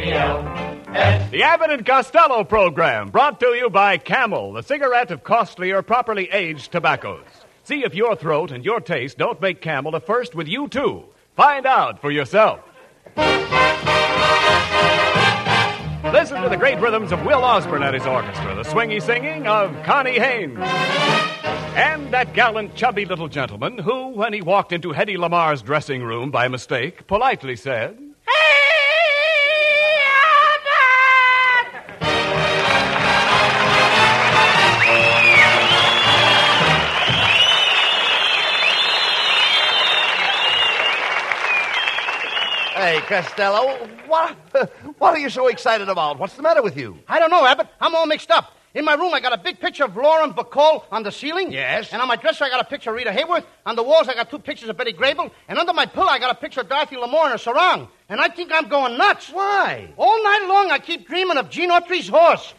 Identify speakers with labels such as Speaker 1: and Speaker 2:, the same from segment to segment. Speaker 1: A-M-E-L-S.
Speaker 2: The Abbott and Costello program, brought to you by Camel, the cigarette of costly or properly aged tobaccos. See if your throat and your taste don't make Camel a first with you, too. Find out for yourself. Listen to the great rhythms of Will Osborne and his orchestra, the swingy singing of Connie Haynes, and that gallant, chubby little gentleman who, when he walked into Hetty Lamar's dressing room by mistake, politely said,
Speaker 3: Hey, Costello, what, what are you so excited about? What's the matter with you?
Speaker 4: I don't know, Abbott. I'm all mixed up. In my room, I got a big picture of Lauren Bacall on the ceiling.
Speaker 3: Yes.
Speaker 4: And on my dresser, I got a picture of Rita Hayworth. On the walls, I got two pictures of Betty Grable. And under my pillow, I got a picture of Dorothy L'Amour in her sarong. And I think I'm going nuts.
Speaker 3: Why?
Speaker 4: All night long, I keep dreaming of Gene Autry's horse.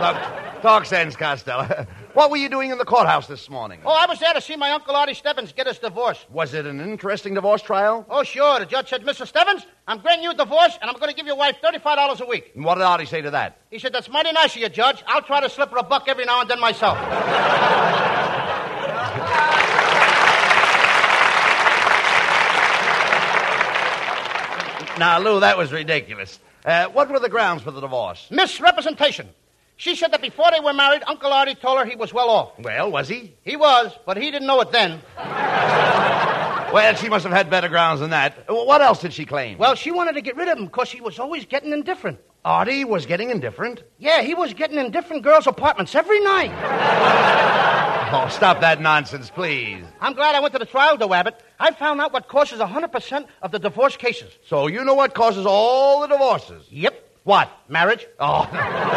Speaker 3: Look, talk sense, Costello. What were you doing in the courthouse this morning?
Speaker 4: Oh, I was there to see my Uncle Artie Stebbins get his divorce.
Speaker 3: Was it an interesting divorce trial?
Speaker 4: Oh, sure. The judge said, Mr. Stebbins, I'm granting you a divorce, and I'm going to give your wife $35 a week.
Speaker 3: And what did Artie say to that?
Speaker 4: He said, That's mighty nice of you, Judge. I'll try to slip her a buck every now and then myself.
Speaker 3: Now, Lou, that was ridiculous. Uh, what were the grounds for the divorce?
Speaker 4: Misrepresentation. She said that before they were married, Uncle Artie told her he was well off.
Speaker 3: Well, was he?
Speaker 4: He was, but he didn't know it then.
Speaker 3: Well, she must have had better grounds than that. What else did she claim?
Speaker 4: Well, she wanted to get rid of him because he was always getting indifferent.
Speaker 3: Artie was getting indifferent.
Speaker 4: Yeah, he was getting in different girls' apartments every night.
Speaker 3: Oh, stop that nonsense, please.
Speaker 4: I'm glad I went to the trial, though, Abbott. I found out what causes 100% of the divorce cases.
Speaker 3: So you know what causes all the divorces?
Speaker 4: Yep.
Speaker 3: What?
Speaker 4: Marriage.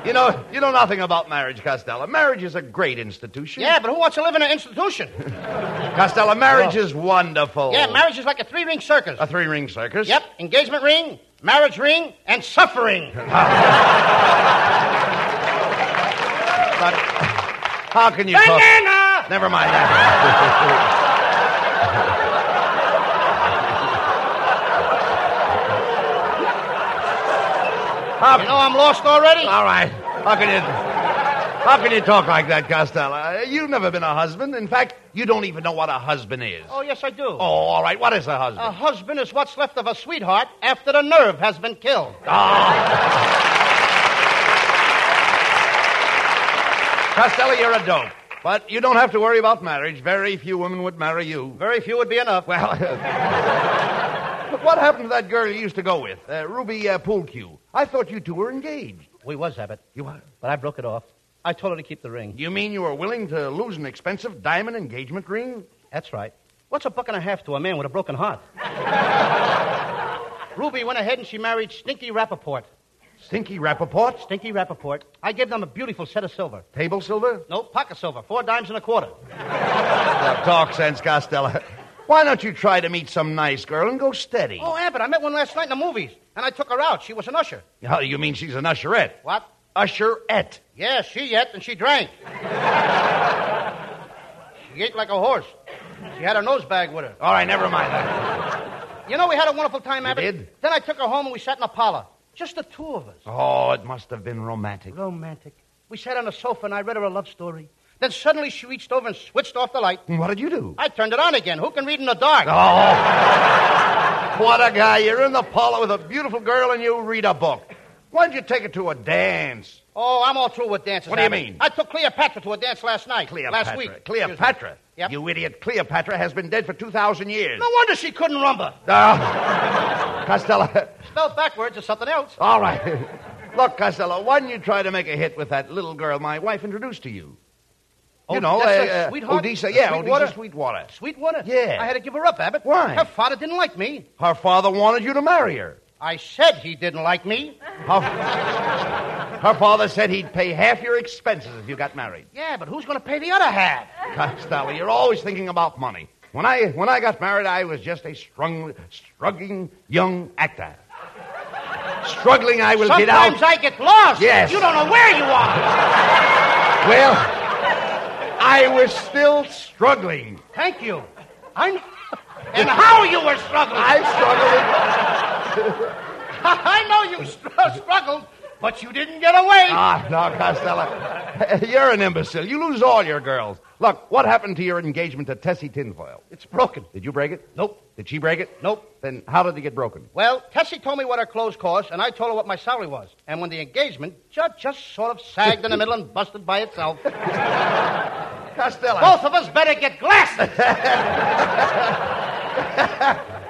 Speaker 3: Oh. you know, you know nothing about marriage, Costello. Marriage is a great institution.
Speaker 4: Yeah, but who wants to live in an institution?
Speaker 3: Costello, marriage is wonderful.
Speaker 4: Oh. Yeah, marriage is like a three ring circus.
Speaker 3: A three-ring circus.
Speaker 4: Yep, engagement ring, marriage ring, and suffering.
Speaker 3: But how can you? talk-
Speaker 4: Banana!
Speaker 3: Never mind that.
Speaker 4: You know I'm lost already?
Speaker 3: All right. How can you? How can you talk like that, Costello? Uh, You've never been a husband. In fact, you don't even know what a husband is.
Speaker 4: Oh, yes, I do.
Speaker 3: Oh, all right. What is a husband?
Speaker 4: A husband is what's left of a sweetheart after the nerve has been killed.
Speaker 3: Costello, you're a dope. But you don't have to worry about marriage. Very few women would marry you.
Speaker 4: Very few would be enough.
Speaker 3: Well, Look, what happened to that girl you used to go with, uh, Ruby uh, Poolcue? I thought you two were engaged.
Speaker 4: we was, Abbott.
Speaker 3: You what?
Speaker 4: But I broke it off. I told her to keep the ring.
Speaker 3: You mean you were willing to lose an expensive diamond engagement ring?
Speaker 4: That's right. What's a buck and a half to a man with a broken heart? Ruby went ahead and she married Stinky Rappaport.
Speaker 3: Stinky Rappaport?
Speaker 4: Stinky Rappaport. I gave them a beautiful set of silver.
Speaker 3: Table silver?
Speaker 4: No, pocket silver. Four dimes and a quarter.
Speaker 3: Now, talk sense, Costello. Why don't you try to meet some nice girl and go steady?
Speaker 4: Oh, Abbott, I met one last night in the movies, and I took her out. She was an usher.
Speaker 3: How, Oh, you mean she's an usherette?
Speaker 4: What?
Speaker 3: Usherette.
Speaker 4: Yeah, she ate and she drank. she ate like a horse. She had her nose bag with her.
Speaker 3: All right, never mind that.
Speaker 4: You know, we had a wonderful time, Abbott.
Speaker 3: did?
Speaker 4: Then I took her home and we sat in a parlor. Just the two of us.
Speaker 3: Oh, it must have been romantic.
Speaker 4: Romantic. We sat on a sofa and I read her a love story. Then suddenly she reached over and switched off the light.
Speaker 3: What did you do?
Speaker 4: I turned it on again. Who can read in the dark?
Speaker 3: Oh, what a guy. You're in the parlor with a beautiful girl and you read a book. Why don't you take her to a dance?
Speaker 4: Oh, I'm all through with dances.
Speaker 3: What do you
Speaker 4: Abbott.
Speaker 3: mean?
Speaker 4: I took Cleopatra to a dance last night. Last week. Excuse me.
Speaker 3: Cleopatra.
Speaker 4: Yep.
Speaker 3: You idiot. Cleopatra has been dead for 2,000 years.
Speaker 4: No wonder she couldn't rumba.
Speaker 3: Ah, Costello.
Speaker 4: Spelled backwards or something else.
Speaker 3: All right. Look, Costello, why don't you try to make a hit with that little girl my wife introduced to you?
Speaker 4: Oh,
Speaker 3: you know,
Speaker 4: that's
Speaker 3: uh,
Speaker 4: a
Speaker 3: uh,
Speaker 4: sweetheart?
Speaker 3: Odessa,
Speaker 4: A
Speaker 3: yeah,
Speaker 4: Sweetwater?
Speaker 3: Odessa Sweetwater.
Speaker 4: Sweetwater?
Speaker 3: Yeah.
Speaker 4: I had to give her up, Abbott.
Speaker 3: Why?
Speaker 4: Her father didn't like me.
Speaker 3: Her father wanted you to marry her.
Speaker 4: I said he didn't like me.
Speaker 3: Her, her father said he'd pay half your expenses if you got married.
Speaker 4: Yeah, but who's going to pay the other half?
Speaker 3: Costello, you're always thinking about money. When I when I got married, I was just a strung, struggling young actor. Struggling, I will get out.
Speaker 4: Sometimes I get lost.
Speaker 3: Yes.
Speaker 4: You don't know where you are.
Speaker 3: Well, I was still struggling.
Speaker 4: Thank you. I'm. And how you were struggling.
Speaker 3: I struggled
Speaker 4: I know you str- struggled, but you didn't get away.
Speaker 3: Ah, no, Costello. You're an imbecile. You lose all your girls. Look, what happened to your engagement to Tessie Tinfoil?
Speaker 4: It's broken.
Speaker 3: Did you break it?
Speaker 4: Nope.
Speaker 3: Did she break it?
Speaker 4: Nope.
Speaker 3: Then how did it get broken?
Speaker 4: Well, Tessie told me what her clothes cost, and I told her what my salary was. And when the engagement ju- just sort of sagged in the middle and busted by itself, both
Speaker 3: Costello.
Speaker 4: of us better get glasses.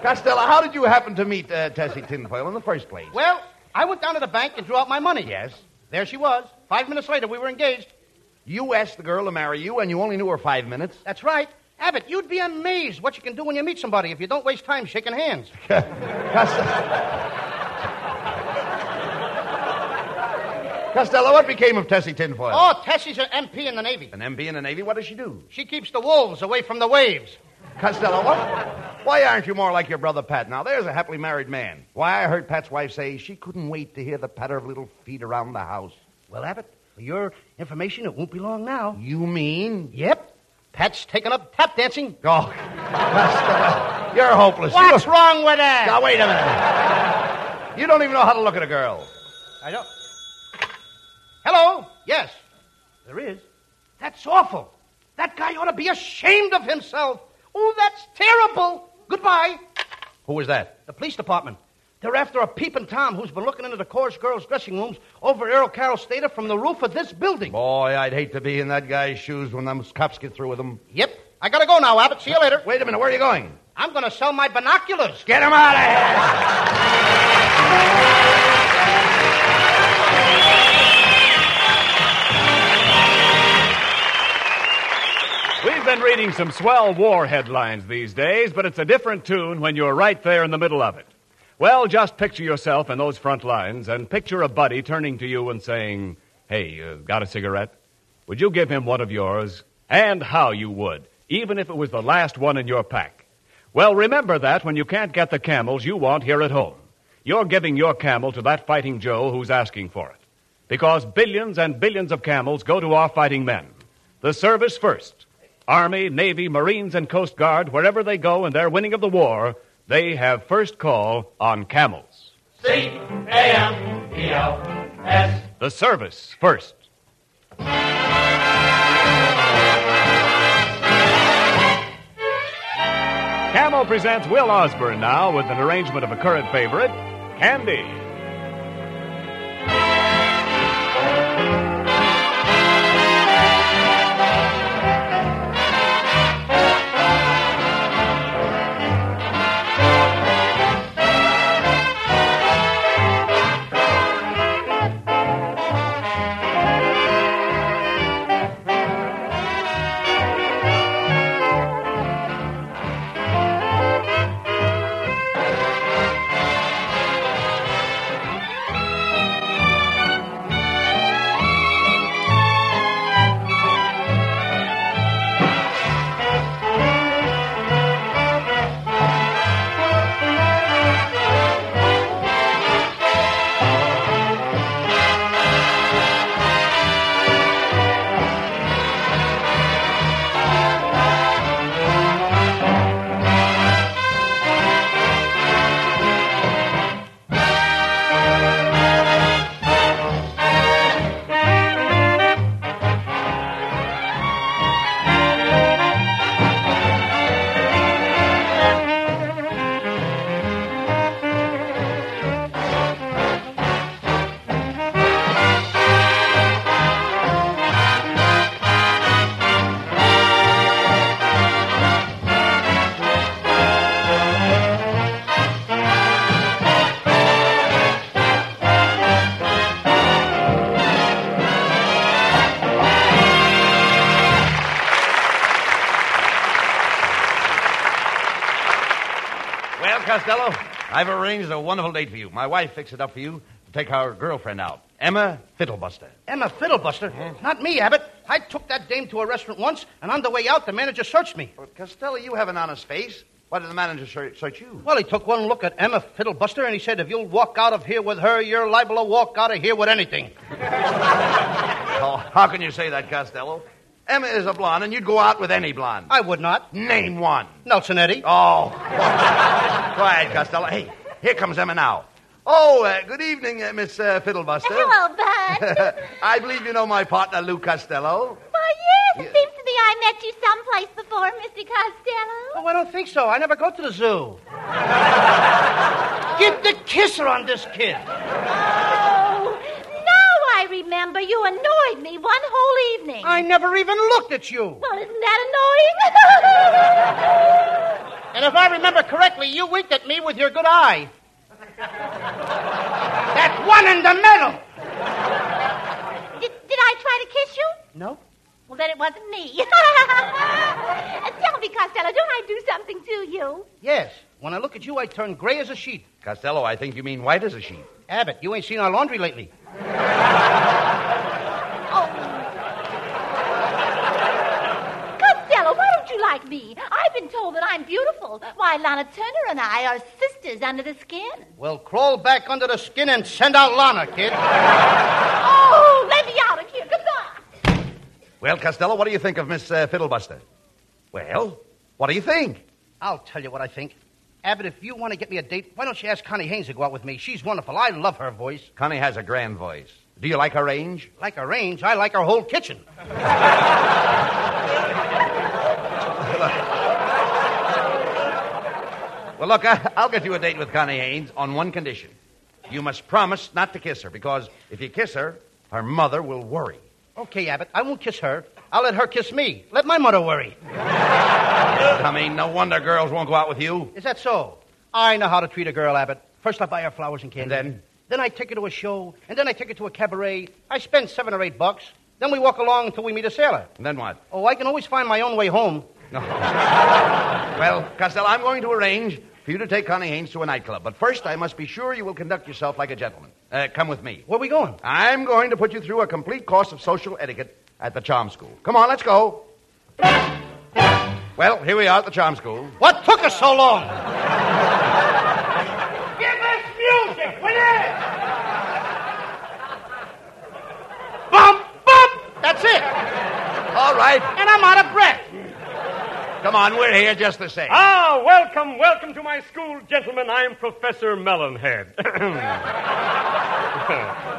Speaker 3: Costello, how did you happen to meet uh, Tessie Tinfoil in the first place?
Speaker 4: Well, I went down to the bank and drew out my money.
Speaker 3: Yes.
Speaker 4: There she was. Five minutes later, we were engaged.
Speaker 3: You asked the girl to marry you, and you only knew her five minutes.
Speaker 4: That's right. Abbott, you'd be amazed what you can do when you meet somebody if you don't waste time shaking hands.
Speaker 3: Costello. Costello, what became of Tessie Tinfoil?
Speaker 4: Oh, Tessie's an MP in the Navy.
Speaker 3: An MB in the Navy? What does she do?
Speaker 4: She keeps the wolves away from the waves.
Speaker 3: Costello, what? Why aren't you more like your brother Pat? Now, there's a happily married man. Why, I heard Pat's wife say she couldn't wait to hear the patter of little feet around the house.
Speaker 4: Well, Abbott, for your information, it won't be long now.
Speaker 3: You mean?
Speaker 4: Yep. Pat's taken up tap dancing.
Speaker 3: Oh, Costello, you're hopeless. You
Speaker 4: What's
Speaker 3: don't-
Speaker 4: wrong with that?
Speaker 3: Now, wait a minute. You don't even know how to Oh, look at a girl.
Speaker 4: I don't. Hello? Yes. There is. That's awful. That guy ought to be ashamed of himself. Oh, that's terrible. Goodbye.
Speaker 3: Who was that?
Speaker 4: The police department. They're after a peeping Tom who's been looking into the chorus girls' dressing rooms over Errol Carroll's Theater from the roof of this building.
Speaker 3: Boy, I'd hate to be in that guy's shoes when them cops get through with him.
Speaker 4: Yep. I gotta go now, Abbott. See you later.
Speaker 3: Wait a minute, where are you going?
Speaker 4: I'm gonna sell my binoculars.
Speaker 3: Get him out of here!
Speaker 2: We've been reading some swell war headlines these days, but it's a different tune when you're right there in the middle of it. Well, just picture yourself in those front lines and picture a buddy turning to you and saying, Hey, uh, got a cigarette? Would you give him one of yours? And how you would, even if it was the last one in your pack. Well, remember that when you can't get the camels you want here at home. You're giving your camel to that fighting Joe who's asking for it. Because billions and billions of camels go to our fighting men. The service first. Army, Navy, Marines, and Coast Guard, wherever they go in their winning of the war, they have first call on camels.
Speaker 1: C A M E L S.
Speaker 2: The service first. Camel presents Will Osborne now with an arrangement of a current favorite, Candy.
Speaker 3: Well, Costello, I've arranged a wonderful date for you. My wife fixed it up for you to take our girlfriend out, Emma Fiddlebuster.
Speaker 4: Emma Fiddlebuster? Not me, Abbott. I took that dame to a restaurant once, and on the way out, the manager searched me.
Speaker 3: But Costello, you have an honest face. Why did the manager search, search you?
Speaker 4: Well, he took one look at Emma Fiddlebuster, and he said, If you'll walk out of here with her, you're liable to walk out of here with anything.
Speaker 3: Oh, how can you say that, Costello? Emma is a blonde, and you'd go out with any blonde.
Speaker 4: I would not.
Speaker 3: Name one.
Speaker 4: Nelson Eddy.
Speaker 3: Oh. Quiet, Costello. Hey, here comes Emma now. Oh, uh, good evening, uh, Miss uh, Fiddlebuster.
Speaker 5: Hello, Bud.
Speaker 3: I believe you know my partner, Lou Costello.
Speaker 5: Why, yes, it seems to me I met you someplace before, Mr. Costello.
Speaker 4: Oh, I don't think so. I never go to the zoo. Get the kisser on this kid.
Speaker 5: Oh, now I remember you annoyed me one whole evening.
Speaker 4: I never even looked at you.
Speaker 5: Well, isn't that annoying?
Speaker 4: And if I remember correctly, you winked at me with your good eye. that one in the middle.
Speaker 5: did, did I try to kiss you?
Speaker 4: No?
Speaker 5: Well, then it wasn't me. Uh, Tell me, Costello, don't I do something to you?
Speaker 4: Yes. When I look at you, I turn gray as a sheet.
Speaker 3: Costello, I think you mean white as a sheet.
Speaker 4: Abbott, you ain't seen our laundry lately.
Speaker 5: Oh. Costello, why don't you like me? I've been told that I'm beautiful. Why, Lana Turner and I are sisters under the skin.
Speaker 4: Well, crawl back under the skin and send out Lana, kid.
Speaker 5: Oh, let me out of here. Goodbye.
Speaker 3: Well, Costello, what do you think of Miss uh, Fiddlebuster? Well, what do you think?
Speaker 4: I'll tell you what I think. Abbott, if you want to get me a date, why don't you ask Connie Haynes to go out with me? She's wonderful. I love her voice.
Speaker 3: Connie has a grand voice. Do you like her range?
Speaker 4: Like her range, I like her whole kitchen.
Speaker 3: Well, look, I, I'll get you a date with Connie Haynes on one condition. You must promise not to kiss her, because if you kiss her, her mother will worry.
Speaker 4: Okay, Abbott, I won't kiss her. I'll let her kiss me. Let my mother worry.
Speaker 3: I mean, no wonder girls won't go out with you.
Speaker 4: Is that so? I know how to treat a girl, Abbott. First, I buy her flowers and candy.
Speaker 3: And then?
Speaker 4: Then I take her to a show, and then I take her to a cabaret. I spend seven or eight bucks. Then we walk along until we meet a sailor.
Speaker 3: And then what?
Speaker 4: Oh, I can always find my own way home.
Speaker 3: Well, Costello, I'm going to arrange for you to take Connie Haynes to a nightclub. But first, I must be sure you will conduct yourself like a gentleman. Uh, come with me.
Speaker 4: Where we going?
Speaker 3: I'm going to put you through a complete course of social etiquette at the Charm School. Come on, let's go. Well, here we are at the Charm School.
Speaker 4: What took us so long?
Speaker 1: Give us music, will you?
Speaker 4: Bump, bump! That's it.
Speaker 3: All right,
Speaker 4: And I'm out of breath.
Speaker 3: come on, we're here just the same.
Speaker 2: Ah, welcome, welcome to my school, gentlemen. I am Professor Melonhead.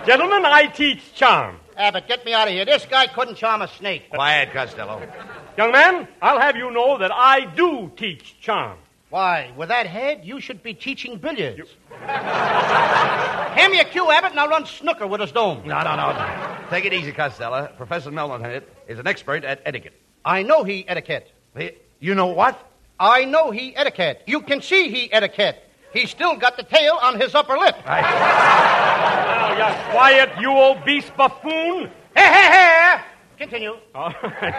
Speaker 2: gentlemen, I teach charm.
Speaker 4: Abbott, get me out of here. This guy couldn't charm a snake.
Speaker 3: Quiet, Costello.
Speaker 2: Young man, I'll have you know that I do teach charm.
Speaker 4: Why, with that head, you should be teaching billiards. Hand me a cue, Abbott, and I'll run snooker with us dome.
Speaker 3: No, no, no. Take it easy, Costello. Professor Melonhead is an expert at etiquette.
Speaker 4: I know he etiquette.
Speaker 3: He- You know what?
Speaker 4: I know he etiquette. You can see he etiquette. He's still got the tail on his upper lip.
Speaker 2: Now, you Oh, quiet, you obese buffoon.
Speaker 4: Hey, hey, hey! Continue.
Speaker 2: All right.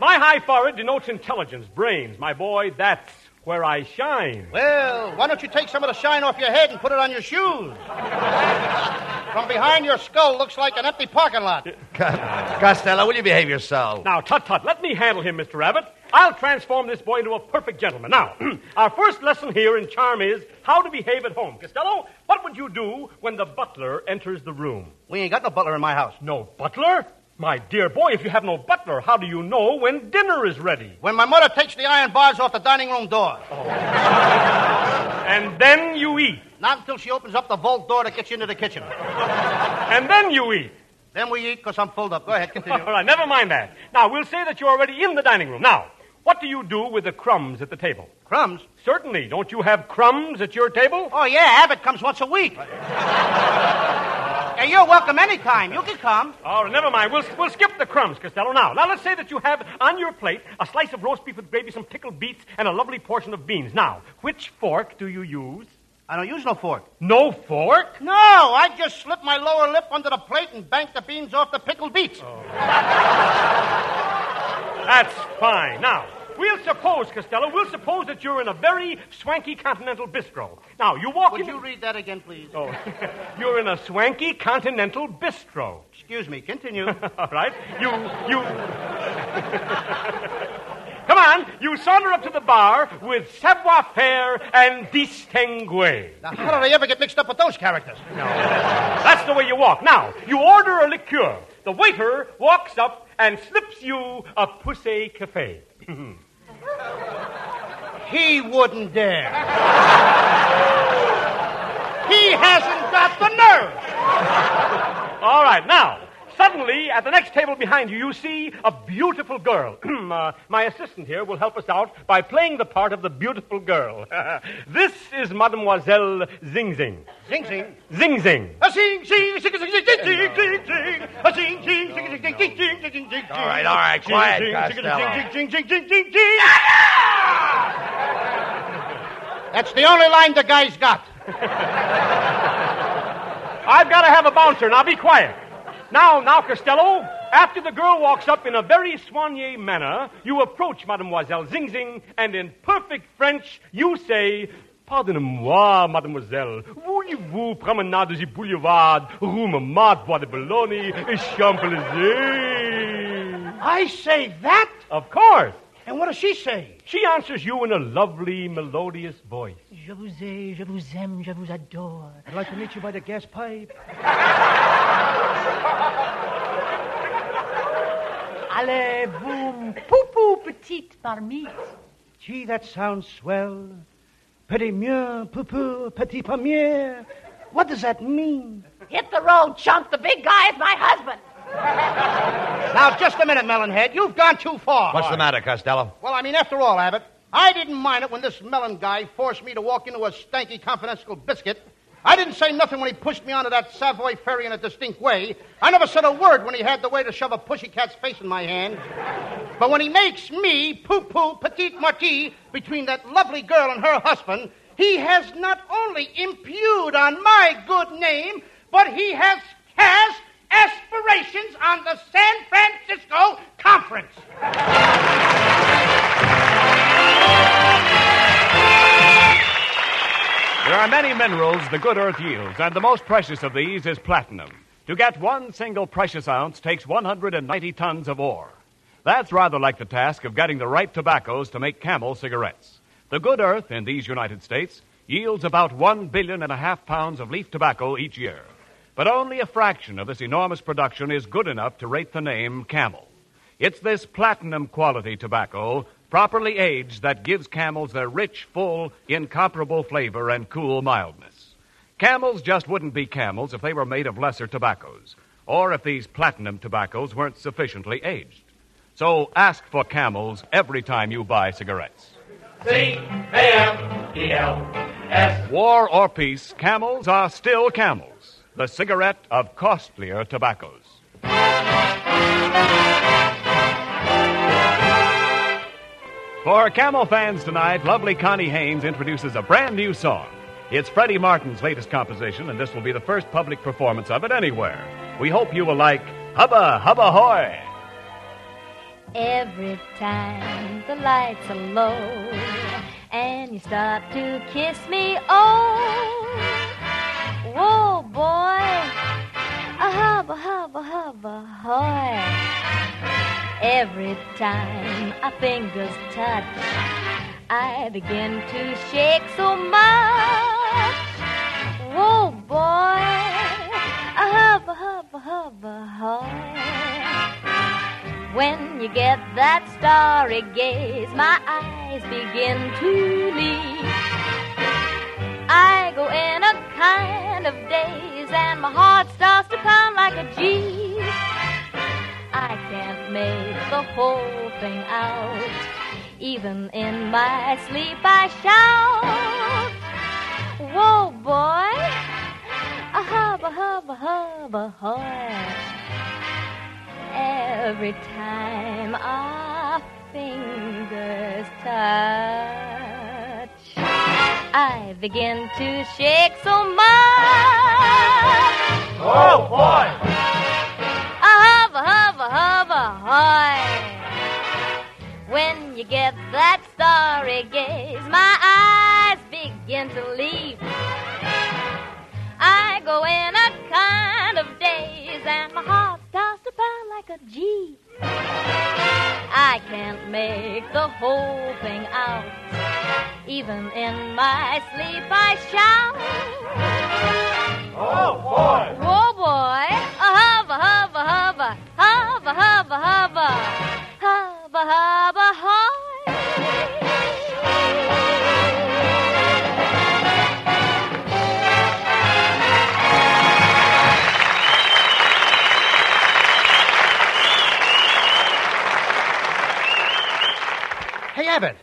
Speaker 2: My high forehead denotes intelligence, brains. My boy, that's where I shine.
Speaker 4: Well, why don't you take some of the shine off your head and put it on your shoes? From behind your skull looks like an empty parking lot.
Speaker 3: Co- Costello, will you behave yourself?
Speaker 2: Now, tut tut, let me handle him, Mr. Abbott. I'll transform this boy into a perfect gentleman. Now, our first lesson here in charm is how to behave at home. Costello, what would you do when the butler enters the room?
Speaker 4: We ain't got no butler in my house.
Speaker 2: No butler? My dear boy, if you have no butler, how do you know when dinner is ready?
Speaker 4: When my mother takes the iron bars off the dining room door,
Speaker 2: And then you eat.
Speaker 4: not until she opens up the vault door that gets you into the kitchen.
Speaker 2: And then you eat.
Speaker 4: Then we eat because I'm filled up. Go ahead,
Speaker 2: All
Speaker 4: continue.
Speaker 2: right, never mind that. Now, we'll say that you're already in the dining room. Now, what do you do with the crumbs at the table?
Speaker 4: Crumbs?
Speaker 2: Certainly, don't you have crumbs at your table?
Speaker 4: Oh, yeah, Abbott comes once a week. and you're welcome anytime. You can come.
Speaker 2: Oh, never mind. We'll, we'll skip the crumbs, Costello. Now, now let's say that you have on your plate a slice of roast beef with gravy, some pickled beets, and a lovely portion of beans. Now, which fork do you use?
Speaker 4: I don't use no fork.
Speaker 2: No fork?
Speaker 4: No, I just slip my lower lip under the plate and bank the beans off the pickled beets.
Speaker 2: That's fine. Now, we'll suppose, Costello, we'll suppose that you're in a very swanky continental bistro. Now, you walk
Speaker 4: Would
Speaker 2: into...
Speaker 4: you read that again, please?
Speaker 2: Oh, you're in a swanky continental bistro.
Speaker 4: Excuse me, continue.
Speaker 2: All right. You, you. Come on, you saunter up to the bar with savoir faire and distingue.
Speaker 4: now, how did I ever get mixed up with those characters?
Speaker 2: That's the way you walk. Now, you order a liqueur. The waiter walks up and slips you a poussé café.
Speaker 4: He wouldn't dare.
Speaker 6: right, now. Suddenly, at the next table behind you, you see a beautiful girl. uh, my assistant here will help us out by playing the part of the beautiful girl. this is Mademoiselle Zing Zing.
Speaker 4: Zing, zing.
Speaker 6: Zing Zing.
Speaker 4: A sing, sing, sing, sing, sing, sing, sing, sing, sing. A sing, sing, sing, sing, sing, sing, sing, sing, sing, sing.
Speaker 3: All right, all right, quiet,
Speaker 4: Zing, zing, zing,
Speaker 3: Costello.
Speaker 4: zing, zing, zing, zing, zing, zing. That's the only line the guy's got.
Speaker 6: I've got to have a bouncer. Now be quiet. Now, now, Costello. After the girl walks up in a very soigné manner, you approach Mademoiselle Zing Zing, and in perfect French, you say, Pardonnez-moi, mademoiselle. Voulez-vous promenade du boulevard, rue Montmartre, Bois de Boulogne, Champs-Élysées?
Speaker 4: I say that,
Speaker 6: Of course.
Speaker 4: and what does she say?
Speaker 6: She answers you in a lovely, melodious voice.
Speaker 7: Je vous ai, je vous aime, je vous adore.
Speaker 4: I'd like to meet you by the gas pipe.
Speaker 7: Allez, boum, poupou, petite marmite.
Speaker 4: Gee, that sounds swell. Petit mieux, poupou, petit premier. What does that mean?
Speaker 5: Hit the road, chump. The big guy is my husband.
Speaker 4: Now, just a minute, Melonhead. You've gone too far.
Speaker 3: What's the matter, Costello?
Speaker 4: Well, I mean, after all, Abbott, I didn't mind it when this melon guy forced me to walk into a stanky confidential biscuit. I didn't say nothing when he pushed me onto that Savoy ferry in a distinct way. I never said a word when he had the way to shove a pussycat's face in my hand. But when he makes me poo-poo petite marquis between that lovely girl and her husband, he has not only impugned on my good name, but he has cast aspirations on the San Francisco Conference.
Speaker 2: There are many minerals the good earth yields, and the most precious of these is platinum. To get one single precious ounce takes 190 tons of ore. That's rather like the task of getting the ripe tobaccos to make camel cigarettes. The good earth in these United States yields about one billion and a half pounds of leaf tobacco each year. But only a fraction of this enormous production is good enough to rate the name camel. It's this platinum quality tobacco, properly aged, that gives camels their rich, full, incomparable flavor and cool mildness. Camels just wouldn't be camels if they were made of lesser tobaccos, or if these platinum tobaccos weren't sufficiently aged. So ask for camels every time you buy cigarettes.
Speaker 1: C-A-M-E-L-S.
Speaker 2: War or peace, camels are still camels, the cigarette of costlier tobaccos. For Camel fans tonight, lovely Connie Haynes introduces a brand new song. It's Freddie Martin's latest composition, and this will be the first public performance of it anywhere. We hope you will like Hubba Hubba Hoy.
Speaker 8: Every time the lights are low and you start to kiss me, oh, whoa, boy, a hubba, hubba, hubba, hoy. Every time our fingers touch, I begin to shake so much. Whoa, boy, a hubba, hubba, hubba, hoy. When you get that starry gaze, my eyes begin to leak. I go in a kind of daze, and my heart starts to pound like a G. I can't make the whole thing out. Even in my sleep, I shout, Whoa, boy! A hubba, hubba, hubba, hoy! every time our fingers touch. I begin to shake so much.
Speaker 1: Oh, boy!
Speaker 8: A hubba, hubba, hubba, hoy. When you get that starry gaze, my eyes begin to leap. I go in a kind of daze, and my heart starts to pound like a G. I can't make the whole thing out. Even in my sleep, I shout. Whoa, Oh, boy. A hubba, hubba, hubba. Hubba, hubba, hubba. Hubba, hubba, hoy.
Speaker 4: Babbitt.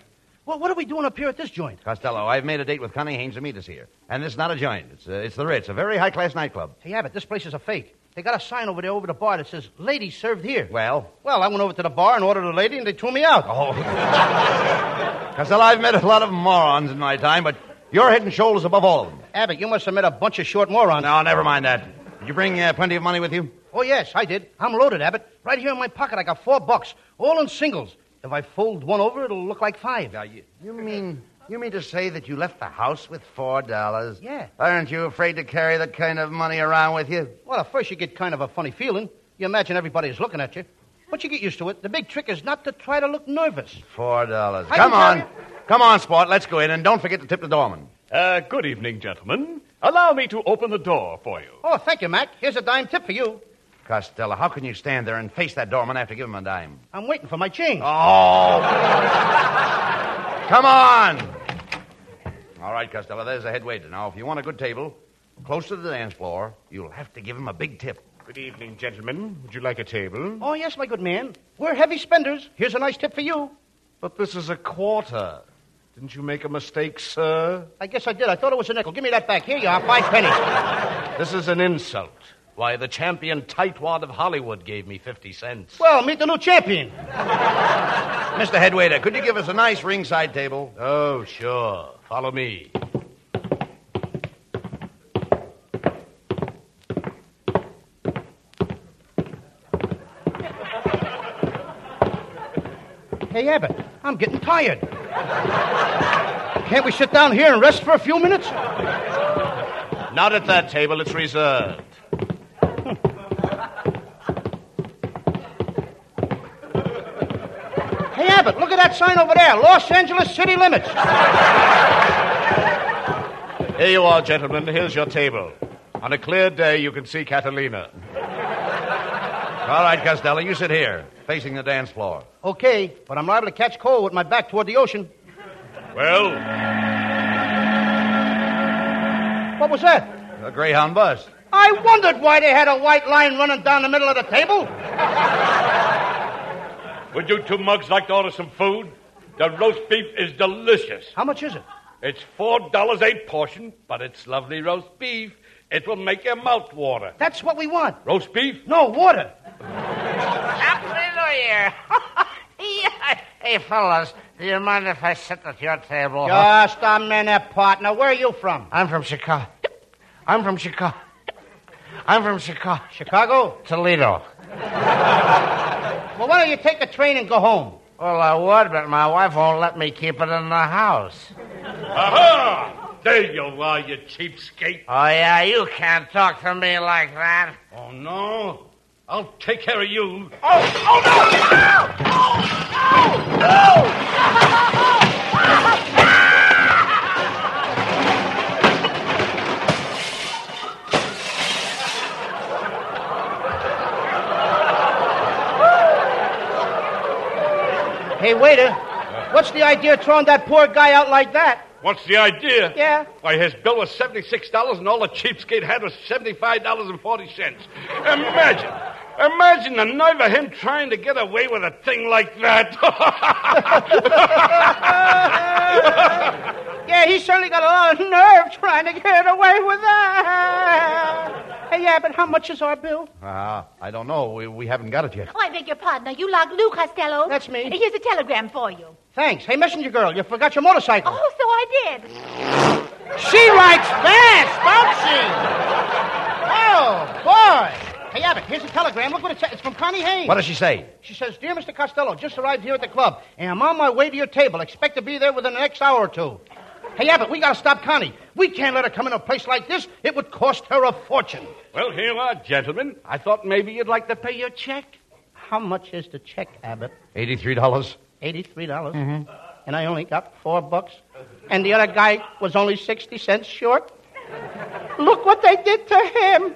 Speaker 4: Well, what are we doing up here at this joint?
Speaker 3: Costello, I've made a date with Connie Haynes to meet us here. And this is not a joint. It's, uh, it's the Ritz, a very high class nightclub.
Speaker 4: Hey, Abbott, this place is a fake. They got a sign over there over the bar that says, Ladies served here.
Speaker 3: Well,
Speaker 4: Well, I went over to the bar and ordered a lady, and they threw me out.
Speaker 3: oh. Costello, I've met a lot of morons in my time, but you're head and shoulders above all of them.
Speaker 4: Abbott, you must have met a bunch of short morons.
Speaker 3: No, never mind that. Did you bring uh, plenty of money with you?
Speaker 4: Oh, yes, I did. I'm loaded, Abbott. Right here in my pocket, I got four bucks, all in singles. If I fold one over, it'll look like five.
Speaker 3: Now, you, you mean you mean to say that you left the house with four dollars?
Speaker 4: Yeah.
Speaker 3: Aren't you afraid to carry that kind of money around with you?
Speaker 4: Well, at first you get kind of a funny feeling. You imagine everybody's looking at you. But you get used to it. The big trick is not to try to look nervous.
Speaker 3: Four dollars.
Speaker 4: I
Speaker 3: Come
Speaker 4: can
Speaker 3: on,
Speaker 4: carry
Speaker 3: come on, sport. Let's go in, and don't forget to tip the doorman.
Speaker 2: Uh, good evening, gentlemen. Allow me to open the door for you.
Speaker 4: Oh, thank you, Mac. Here's a dime tip for you.
Speaker 3: Costello, how can you stand there and face that doorman after giving him a dime?
Speaker 4: I'm waiting for my change.
Speaker 3: Oh! Come on! All right, Costello, there's the head waiter. Now, if you want a good table, close to the dance floor, you'll have to give him a big tip.
Speaker 2: Good evening, gentlemen. Would you like a table?
Speaker 4: Oh, yes, my good man. We're heavy spenders. Here's a nice tip for you.
Speaker 2: But this is a quarter. Didn't you make a mistake, sir?
Speaker 4: I guess I did. I thought it was a nickel. Give me that back. Here you are, five pennies.
Speaker 9: This is an insult. Why, the champion tightwad of Hollywood gave me 50 cents.
Speaker 4: Well, meet the new champion.
Speaker 3: Mr. Head Waiter, could you give us a nice ringside table?
Speaker 9: Oh, sure. Follow me.
Speaker 4: Hey, Abbott, I'm getting tired. Can't we sit down here and rest for a few minutes?
Speaker 9: Not at that table, it's reserved.
Speaker 4: Hey, Abbott, look at that sign over there Los Angeles City Limits.
Speaker 9: Here you are, gentlemen. Here's your table. On a clear day, you can see Catalina.
Speaker 3: All right, Costello, you sit here, facing the dance floor.
Speaker 4: Okay, but I'm liable to catch cold with my back toward the ocean.
Speaker 9: Well,
Speaker 4: What was that?
Speaker 3: A Greyhound bus.
Speaker 4: I wondered why they had a white line running down the middle of the table.
Speaker 6: Would you two mugs like to order some food? The roast beef is delicious.
Speaker 4: How much is it?
Speaker 6: It's four dollars eight portion, but it's lovely roast beef. It will make your mouth water.
Speaker 4: That's what we want.
Speaker 6: Roast beef?
Speaker 4: No, water.
Speaker 10: Hallelujah. yeah. Hey, fellas, do you mind if I sit at your table?
Speaker 4: Just a minute, partner. Where are you from?
Speaker 10: I'm from Chicago. I'm from Chicago. I'm from Chicago.
Speaker 4: Chicago?
Speaker 10: Toledo.
Speaker 4: Well, why don't you take the train and go home?
Speaker 10: Well, I would, but my wife won't let me keep it in the house.
Speaker 6: Aha! There you are, you cheapskate.
Speaker 10: Oh, yeah, you can't talk to me like that.
Speaker 6: Oh, no. I'll take care of you.
Speaker 4: Hey, waiter, what's the idea of throwing that poor guy out like that?
Speaker 6: What's the idea?
Speaker 4: Yeah.
Speaker 6: Why, his bill was $76 and all the cheapskate had was $75.40. Imagine. Imagine the nerve of him trying to get away with a thing like that.
Speaker 4: Yeah, he certainly got a lot of nerve trying to get away with that. Hey, yeah, but how much is our bill?
Speaker 3: Ah, I don't know. We, we haven't got it yet.
Speaker 5: Oh, I beg your pardon. Are you like Lou Costello?
Speaker 4: That's me.
Speaker 5: Here's a telegram for you.
Speaker 4: Thanks. Hey, messenger girl, you forgot your motorcycle.
Speaker 5: Oh, so I did.
Speaker 4: She writes fast, don't she? Oh, boy. Hey, Abbott, here's a telegram. Look what it says. It's from Connie Haynes.
Speaker 3: What does she say?
Speaker 4: She says, Dear Mr. Costello, just arrived here at the club, and I'm on my way to your table. Expect to be there within the next hour or two. Hey, Abbott, we gotta stop Connie. We can't let her come in a place like this. It would cost her a fortune.
Speaker 6: well, here you are, gentlemen. I thought maybe you'd like to pay your check.
Speaker 4: How much is the check, Abbott?
Speaker 3: Eighty-three dollars.
Speaker 4: Eighty-three dollars. And I only got four bucks. And the other guy was only sixty cents short. Look what they did to him.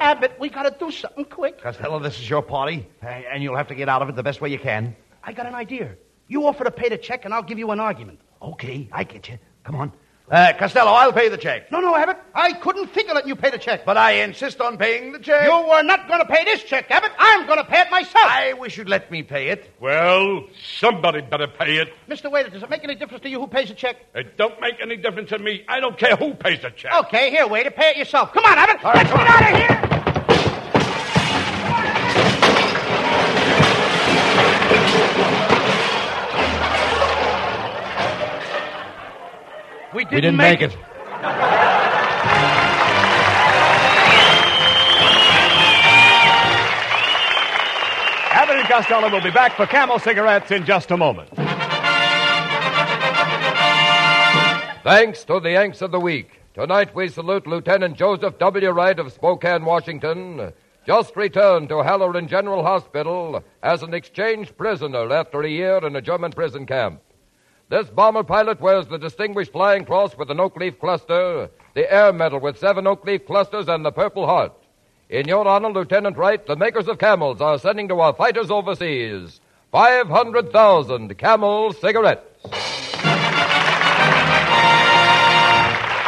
Speaker 4: Abbott, we gotta do something quick.
Speaker 3: Costello, this is your party, a- and you'll have to get out of it the best way you can.
Speaker 4: I got an idea. You offer to pay the check, and I'll give you an argument.
Speaker 3: Okay, I get you. Come on. Uh, Costello, I'll pay the check.
Speaker 4: No, no, Abbott. I couldn't think of letting you pay the check.
Speaker 3: But I insist on paying the check.
Speaker 4: You were not going to pay this check, Abbott. I'm going to pay it myself.
Speaker 3: I wish you'd let me pay it.
Speaker 11: Well, Oh, somebody better pay it.
Speaker 4: Mr. Waiter, does it make any difference to you who pays the check?
Speaker 11: It don't make any difference to me. I don't care who pays the check.
Speaker 2: Oh,
Speaker 4: Okay, here, waiter. Pay it yourself. Come on, Abbott. Let's get out of here. We didn't, make
Speaker 9: it.
Speaker 2: Abbott and Costello will be back for Camel cigarettes in just a moment.
Speaker 12: Thanks to the Yanks of the Week. Tonight we salute Lieutenant Joseph W. Wright of Spokane, Washington, just returned to Halloran General Hospital as an exchange prisoner after a year in a German prison camp. This bomber pilot wears the Distinguished Flying Cross with an oak leaf cluster, the Air Medal with seven oak leaf clusters, and the Purple Heart. In your honor, Lieutenant Wright, the makers of camels are sending to our fighters overseas 500,000 camel cigarettes.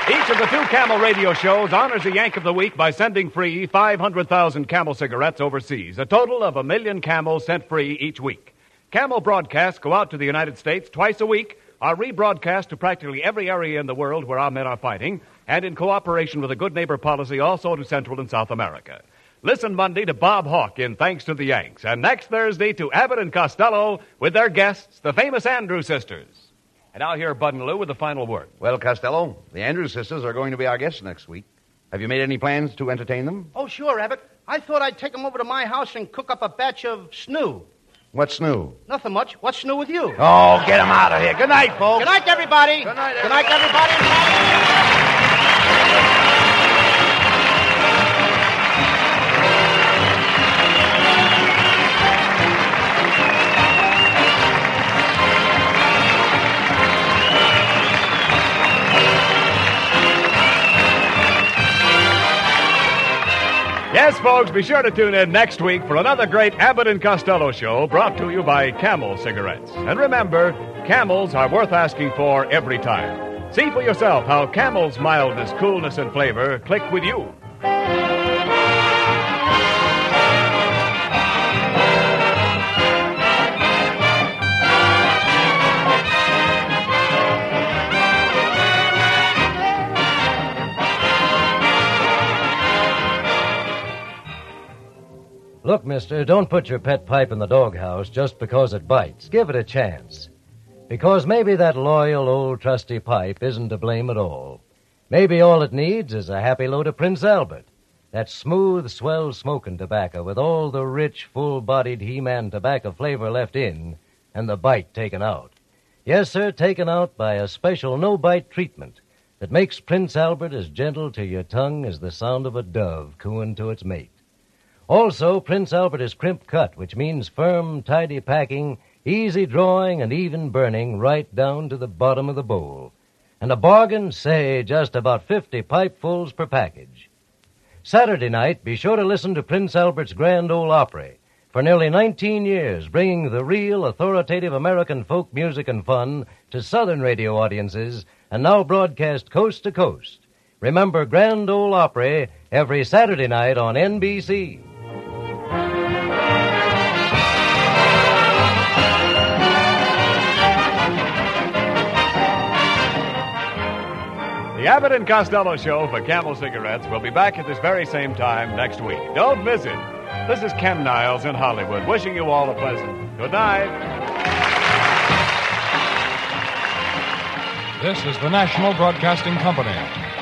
Speaker 2: Each of the two Camel radio shows honors the Yank of the Week by sending free 500,000 Camel cigarettes overseas, a total of a million Camels sent free each week. Camel broadcasts go out to the United States twice a week, are rebroadcast to practically every area in the world where our men are fighting, and in cooperation with a good neighbor policy also to Central and South America. Listen Monday to Bob Hawke in Thanks to the Yanks, and next Thursday to Abbott and Costello with their guests, the famous Andrew sisters. And now here Bud and Lou with the final word.
Speaker 3: Well, Costello, the Andrews sisters are going to be our guests next week. Have you made any plans to entertain them?
Speaker 4: Oh, sure, Abbott. I thought I'd take them over to my house and cook up a batch of snoo.
Speaker 3: What's new?
Speaker 4: Nothing much. What's new with you?
Speaker 3: Oh, get them out of here. Good night, folks.
Speaker 4: Good night, everybody. Good night, Good night, everybody.
Speaker 2: Yes, folks, be sure to tune in next week for another great Abbott and Costello show brought to you by Camel Cigarettes. And remember, camels are worth asking for every time. See for yourself how Camel's mildness, coolness, and flavor click with you.
Speaker 13: Look, mister, don't put your pet pipe in the doghouse just because it bites. Give it a chance. Because maybe that loyal old trusty pipe isn't to blame at all. Maybe all it needs is a happy load of Prince Albert. That smooth, swell smoking tobacco with all the rich, full bodied He Man tobacco flavor left in and the bite taken out. Yes, sir, taken out by a special no bite treatment that makes Prince Albert as gentle to your tongue as the sound of a dove cooing to its mate. Also, Prince Albert is crimp cut, which means firm, tidy packing, easy drawing, and even burning right down to the bottom of the bowl. And a bargain, say, just about 50 pipefuls per package. Saturday night, be sure to listen to Prince Albert's Grand Ole Opry. For nearly 19 years, bringing the real, authoritative American folk music and fun to Southern radio audiences, and now broadcast coast to coast. Remember Grand Ole Opry every Saturday night on NBC.
Speaker 2: The Abbott and Costello Show for Camel Cigarettes will be back at this very same time next week. Don't miss it. This is Ken Niles in Hollywood, wishing you all a pleasant good night.
Speaker 14: This is the National Broadcasting Company.